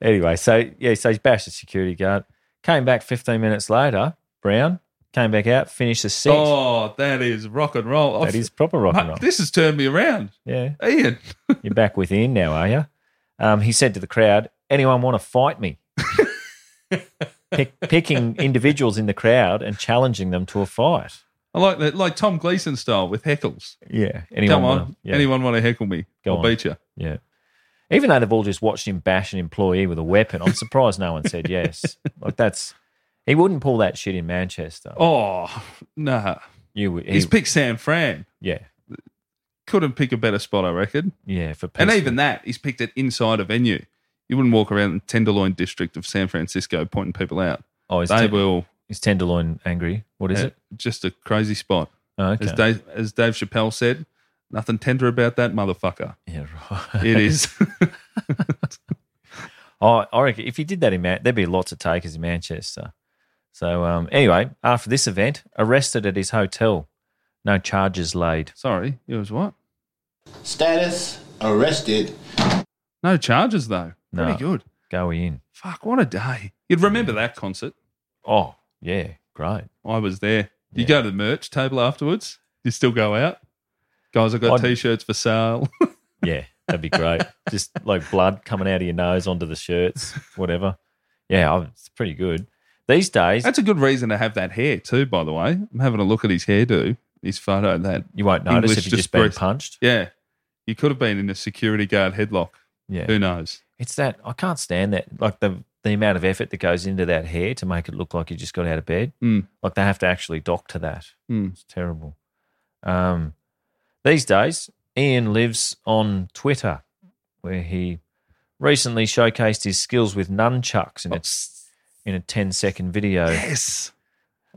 anyway, so yeah, so he's bashed the security guard. Came back 15 minutes later. Brown came back out, finished the set.
oh, that is rock and roll.
that is proper rock and roll.
This has turned me around,
Yeah,
Ian.
you're back within now, are you? Um, he said to the crowd, "Anyone want to fight me?" Pick, picking individuals in the crowd and challenging them to a fight.
I like that, like Tom Gleason style with heckles.
Yeah, anyone?
Come on,
wanna- yeah,
anyone want to heckle me?
Go
I'll
on.
beat you.
Yeah. Even though they've all just watched him bash an employee with a weapon, I'm surprised no one said yes. Like that's he wouldn't pull that shit in Manchester.
Oh, nah.
you would. he-
He's picked San Fran.
yeah,
Couldn't pick a better spot, I reckon.
yeah. For
And
peace.
even that, he's picked it inside a venue. You wouldn't walk around the Tenderloin district of San Francisco pointing people out.
oh, is,
they
Ten-
will.
is Tenderloin angry? What is
Yeah,
it?
Just a crazy spot.
Oh, okay.
As, Dave, as Dave Chappelle said, nothing tender about that motherfucker.
yeah, right.
It is.
Oh, I reckon if he did that in Man, there'd be lots of takers in Manchester. So um, anyway, after this event, arrested at his hotel, no charges laid.
Sorry, it was what?
Status arrested.
No charges, though.
No.
Pretty good.
Go in.
Fuck, what a day. You'd remember that concert.
Oh yeah, great.
I was there. You
Yeah.
go to the merch table afterwards. You still go out. Guys, I've got
I'd-
t shirts for sale.
Yeah, that'd be great. Just like blood coming out of your nose onto the shirts, whatever. Yeah, I- oh, it's pretty good. These days,
That's a good reason to have that hair too. By the way, I'm having a look at his hairdo, his photo. That
you won't notice
English
if you've just been
dress-
punched.
Yeah, you could have been in a security guard headlock.
Yeah.
who knows?
It's that I can't stand that. Like the the amount of effort that goes into that hair to make it look like you just got out of bed.
Mm.
Like they have to actually doctor that.
Mm.
It's terrible. Um, these days, Ian lives on Twitter, where he recently showcased his skills with nunchucks in a in a 10 second video.
Yes.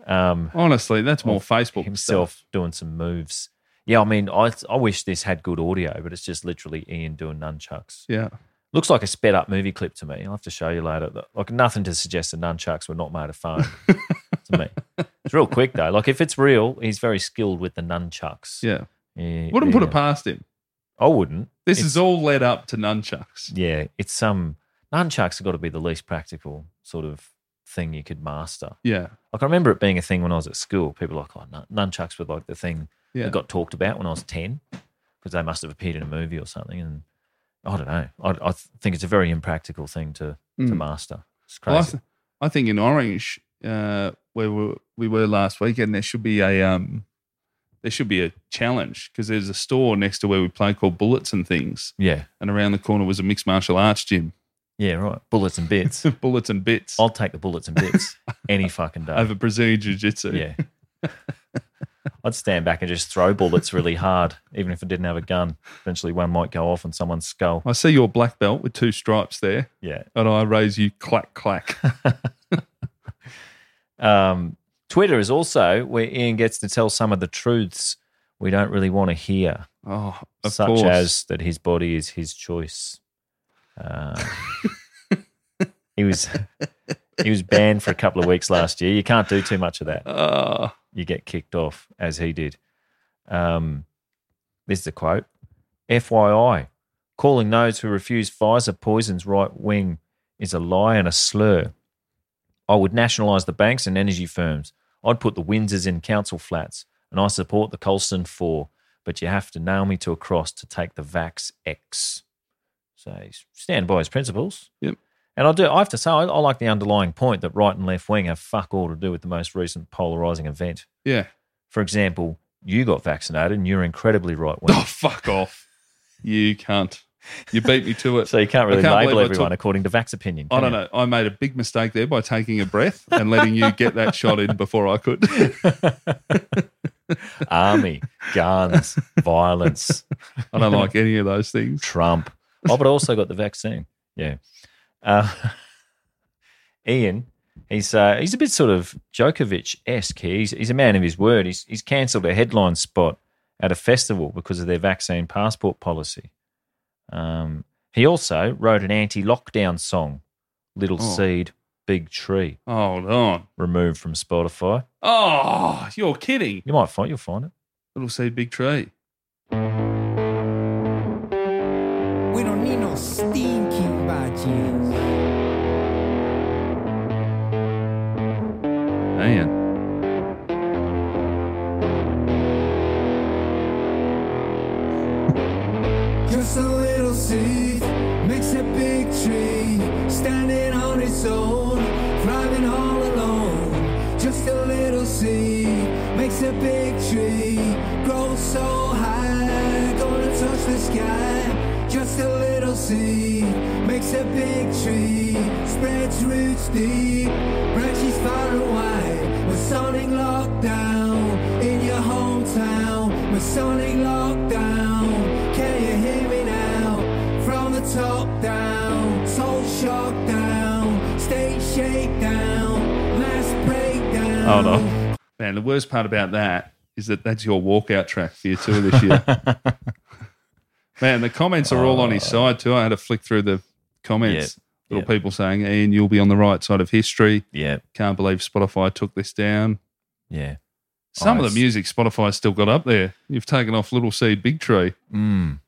Um,
Honestly, that's more
of
Facebook
himself
stuff.
doing some moves. Yeah, I mean, I I wish this had good audio, but it's just literally Ian doing nunchucks.
Yeah,
Looks like a sped up movie clip to me. I'll have to show you later. Like nothing to suggest the nunchucks were not made of foam to me. It's real quick though. Like if it's real, he's very skilled with the nunchucks.
yeah.
Yeah,
Wouldn't put
yeah.
it past him.
I wouldn't.
This
It's-
is all led up to nunchucks.
yeah. It's some nunchucks have got to be the least practical sort of thing you could master.
Yeah,
Like I remember it being a thing when I was at school. People were like, oh, nun- nunchucks were like the thing
Yeah.
that got talked about when I was ten because they must have appeared in a movie or something. And I don't know. I, I think it's a very impractical thing to to
Mm.
master. It's
Well, I,
crazy.
th- I think in Orange, uh, where we were, we were last weekend, there should be a um, there should be a challenge because there's a store next to where we play called Bullets and Things,
yeah,
and around the corner was a mixed martial arts gym,
yeah, right. Bullets and bits.
Bullets and Bits,
I'll take the bullets and bits any fucking day.
over Brazilian Jiu Jitsu.
Yeah. I'd stand back and just throw bullets really hard, even if I didn't have a gun. Eventually, one might go off on someone's skull.
I see your black belt with two stripes there,
Yeah.
and I raise you clack clack.
Um, Twitter is also where Ian gets to tell some of the truths we don't really want to hear,
oh, of
such
course.
as that his body is his choice. Uh, he was he was banned for a couple of weeks last year. You can't do too much of that.
Oh,
you get kicked off as he did. Um, this is a quote FYI, calling those who refuse Pfizer poisons right wing is a lie and a slur. I would nationalise the banks and energy firms. I'd put the Windsors in council flats, and I support the Colson Four. But you have to nail me to a cross to take the Vax X. So he's stand by his principles.
Yep.
And I do. I have to say, I, I like the underlying point that right and left wing have fuck all to do with the most recent polarising event.
yeah.
For example, you got vaccinated and you're incredibly right wing.
Oh, fuck off, you can't. You beat me to it.
So you can't really
I can't
label
believe I took-
everyone
Oh,
according to Vax opinion.
I
can
don't
you?
know. I made a big mistake there by taking a breath and letting you get that shot in before I could.
Army, guns, violence,
I don't like any of those things.
Trump. Oh, but I also got the vaccine. Yeah. Uh, Ian, he's uh, he's a bit sort of Djokovic esque. He's he's a man of his word. He's he's cancelled a headline spot at a festival because of their vaccine passport policy. Um, he also wrote an anti lockdown song, "Little
Oh.
Seed, Big Tree,"
Hold on.
removed from Spotify.
Oh, you're kidding.
You might find you'll find it.
Little seed, big tree.
We don't need no stinking budgies.
Man.
Just a little seed makes a big tree standing on its own, thriving all alone. Just a little seed makes a big tree grow so high, gonna touch the sky. Just a little seed makes a big tree spreads roots deep, branches far and wide. Masonic lockdown in your hometown. Masonic lockdown. Can you hear me now? From the top down, soul shock down, state shakedown, mass breakdown.
Hold on. Man, the worst part about that is that that's your walkout track for your tour this year. Man, the comments are all on his side too. I had to flick through the comments.
Oh. Yeah,
Little
yeah.
people saying, Ian, you'll be on the right side of history.
Yeah,
Can't believe Spotify took this down.
yeah.
Some of
it's-
the music Spotify's still got up there. You've taken off Little Seed Big Tree. hmm.
Mm.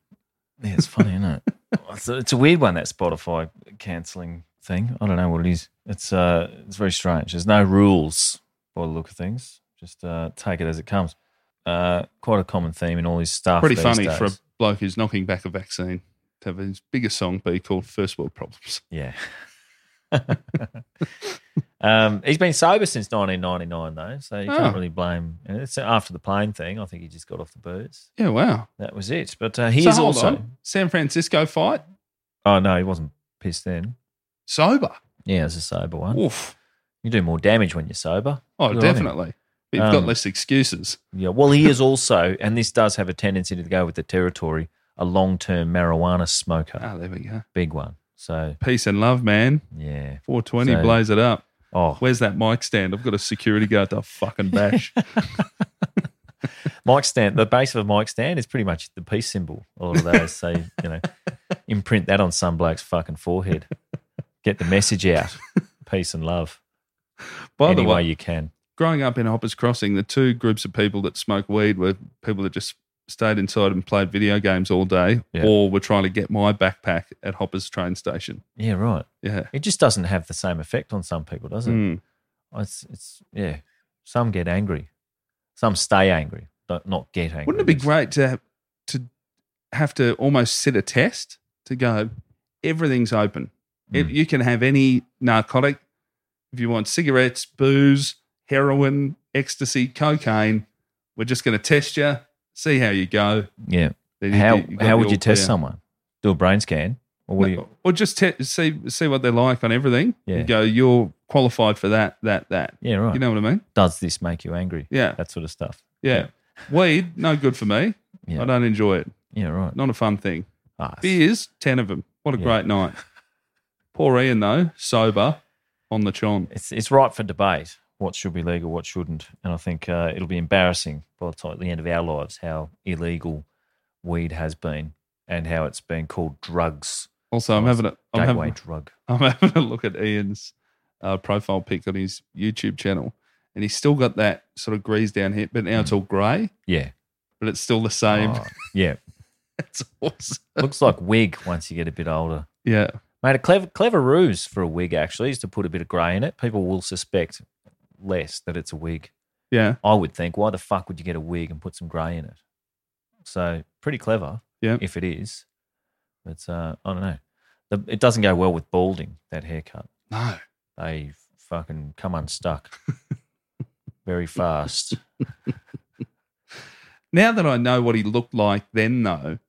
Yeah, it's funny, isn't it? It's a, it's a weird one that Spotify cancelling thing. I don't know what it is. It's uh, it's very strange. There's no rules by the look of things. Just uh, take it as it comes. Uh, quite a common theme in all his stuff.
Pretty
these
funny
days.
for a bloke who's knocking back a vaccine to have his biggest song be called First World Problems.
yeah. um, he's been sober since 1999, though, so you
Oh.
can't really blame. and It's after the plane thing. I think he just got off the booze.
Yeah, wow.
That was it. But uh, he
So
is
hold
also.
on. San Francisco fight
Oh no, he wasn't pissed then.
sober.
Yeah, it was a sober one.
Oof.
You do more damage when you're sober.
Oh,
Good on him.
definitely. You've
Um,
got less excuses.
Yeah. Well, he is also, and this does have a tendency to go with the territory, a long-term marijuana smoker.
Oh, there we go.
Big one. So
Peace and love, man.
yeah.
420,
So-
blaze it up.
Oh.
Where's that mic stand? I've got a security guard to fucking bash.
Mike stand, the base of a mic stand is pretty much the peace symbol. All of those, so you know, imprint that on some bloke's fucking forehead. Get the message out, peace and love.
By
Any
the way,
you can.
growing up in Hoppers Crossing, the two groups of people that smoked weed were people that just stayed inside and played video games all day
Yeah.
or were trying to get my backpack at Hoppers train station.
Yeah, right.
Yeah.
It just doesn't have the same effect on some people, does it?
Mm.
Oh, It's, it's yeah. Some get angry, some stay angry, but not get angry.
Wouldn't it be great to to have to almost sit a test to go? Everything's open.
Hmm.
It, you can have any narcotic if you want: cigarettes, booze, heroin, ecstasy, cocaine. We're just going to test you, see how you go.
Yeah.
Then you-
how
you got the
how would
all
you test
clear.
someone? Do a brain scan, or what do you?
Or just te- see see what they're like on everything.
Yeah.
You go, you're qualified for that, that, that.
Yeah, right.
You know what I mean?
Does this make you angry?
Yeah.
That sort of stuff.
Yeah. Weed, no good for me.
Yeah.
I don't enjoy it.
Yeah, right.
Not a fun thing.
Ah,
Beers, 10 of them. What a
Yeah.
great night. Poor Ian, though, sober on the chon.
it's it's right for debate what should be legal, what shouldn't, and I think uh, it'll be embarrassing by the, time, the end of our lives how illegal weed has been and how it's been called drugs.
Also, I'm having a, I'm
gateway
having,
drug.
I'm having a look at Ian's uh, profile pic on his YouTube channel, and he's still got that sort of grease down here, but now it's all grey,
Yeah,
but it's still the same.
Mm. Oh, yeah.
it's awesome.
Looks like wig once you get a bit older.
Yeah.
Mate, a clever, clever ruse for a wig actually is to put a bit of grey in it. People will suspect less that it's a wig.
Yeah.
I would think, why the fuck would you get a wig and put some grey in it? So pretty clever,
Yeah.
if it is. But uh, I don't know. The, it doesn't go well with balding. That haircut,
No.
they fucking come unstuck very fast.
Now that I know what he looked like then, though,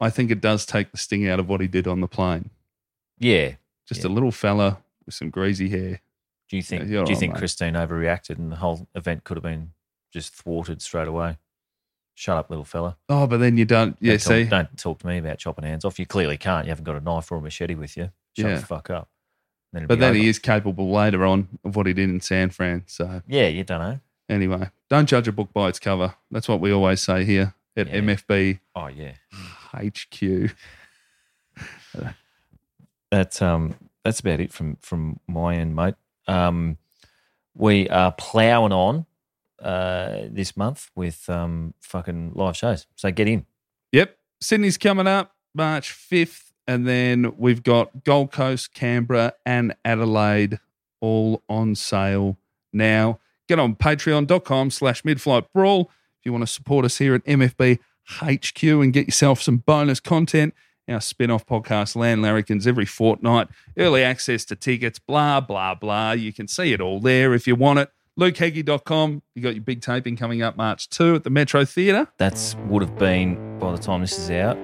I think it does take the sting out of what he did on the plane.
Yeah.
Just
Yeah.
a little fella with some greasy hair.
Do you think?
Yeah,
do
you're
you
right,
think
mate.
Christine overreacted and the whole event could have been just thwarted straight away? Shut up, little fella.
Oh, but then you don't. Yeah,
don't talk,
see,
don't talk to me about chopping hands off. You clearly can't. You haven't got a knife or a machete with you. Shut
Yeah.
the fuck up. And it'll
but
be
then he
over.
is capable later on of what he did in San Fran. So
Yeah, you don't know.
anyway, don't judge a book by its cover. That's what we always say here at
Yeah.
MFB
Oh yeah.
HQ.
That's um that's about it from from my end, mate. Um we are ploughing on uh this month with um fucking live shows. So get in.
Yep, Sydney's coming up March fifth, and then we've got Gold Coast, Canberra, and Adelaide all on sale now. Get on patreon.com slash midflight brawl if you want to support us here at MFB HQ and get yourself some bonus content. Our spin off podcast, Land Larrikins, every fortnight, early access to tickets, blah, blah, blah. You can see it all there if you want it. LukeHeggie.com. You got your big taping coming up March 2 at the Metro Theatre.
That's would have been by the time this is out,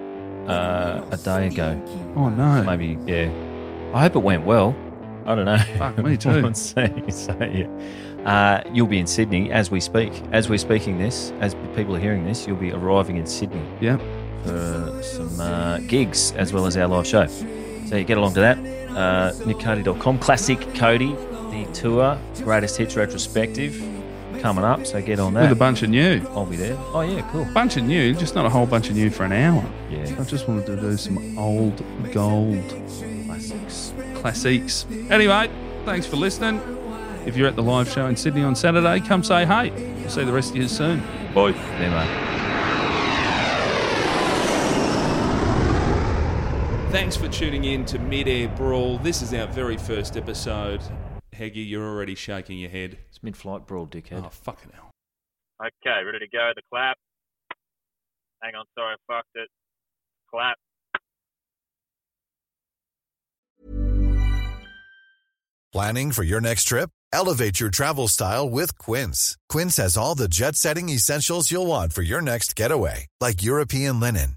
uh a day ago.
Oh, no.
Maybe yeah. I hope it went well. I don't know.
Fuck, me too.
We'll see. So, yeah. Uh, you'll be in Sydney as we speak. As we're speaking this, as people are hearing this, you'll be arriving in Sydney.
Yep.
for some uh, gigs as well as our live show. So you get along to that. Uh, NickCody.com, Classic Cody, the tour, greatest hits retrospective coming up. So get on
With a
that.
bunch of new.
I'll be there. Oh, yeah, cool.
bunch of new, just not a whole bunch of new for an hour. I
Yeah.
just wanted to do some old gold
Classics.
classics. Anyway, thanks for listening. If you're at the live show in Sydney on Saturday, come say hey. We'll see the rest of you soon.
Boy. There, mate.
Thanks for tuning in to Mid Air Brawl. This is our very first episode. Heggy, you're already shaking your head.
It's mid flight brawl, dickhead.
Oh, fucking hell.
Okay, ready to go. The clap. Hang on, sorry, I fucked it. Clap.
Planning for your next trip? Elevate your travel style with Quince. Quince has all the jet setting essentials you'll want for your next getaway, like European linen,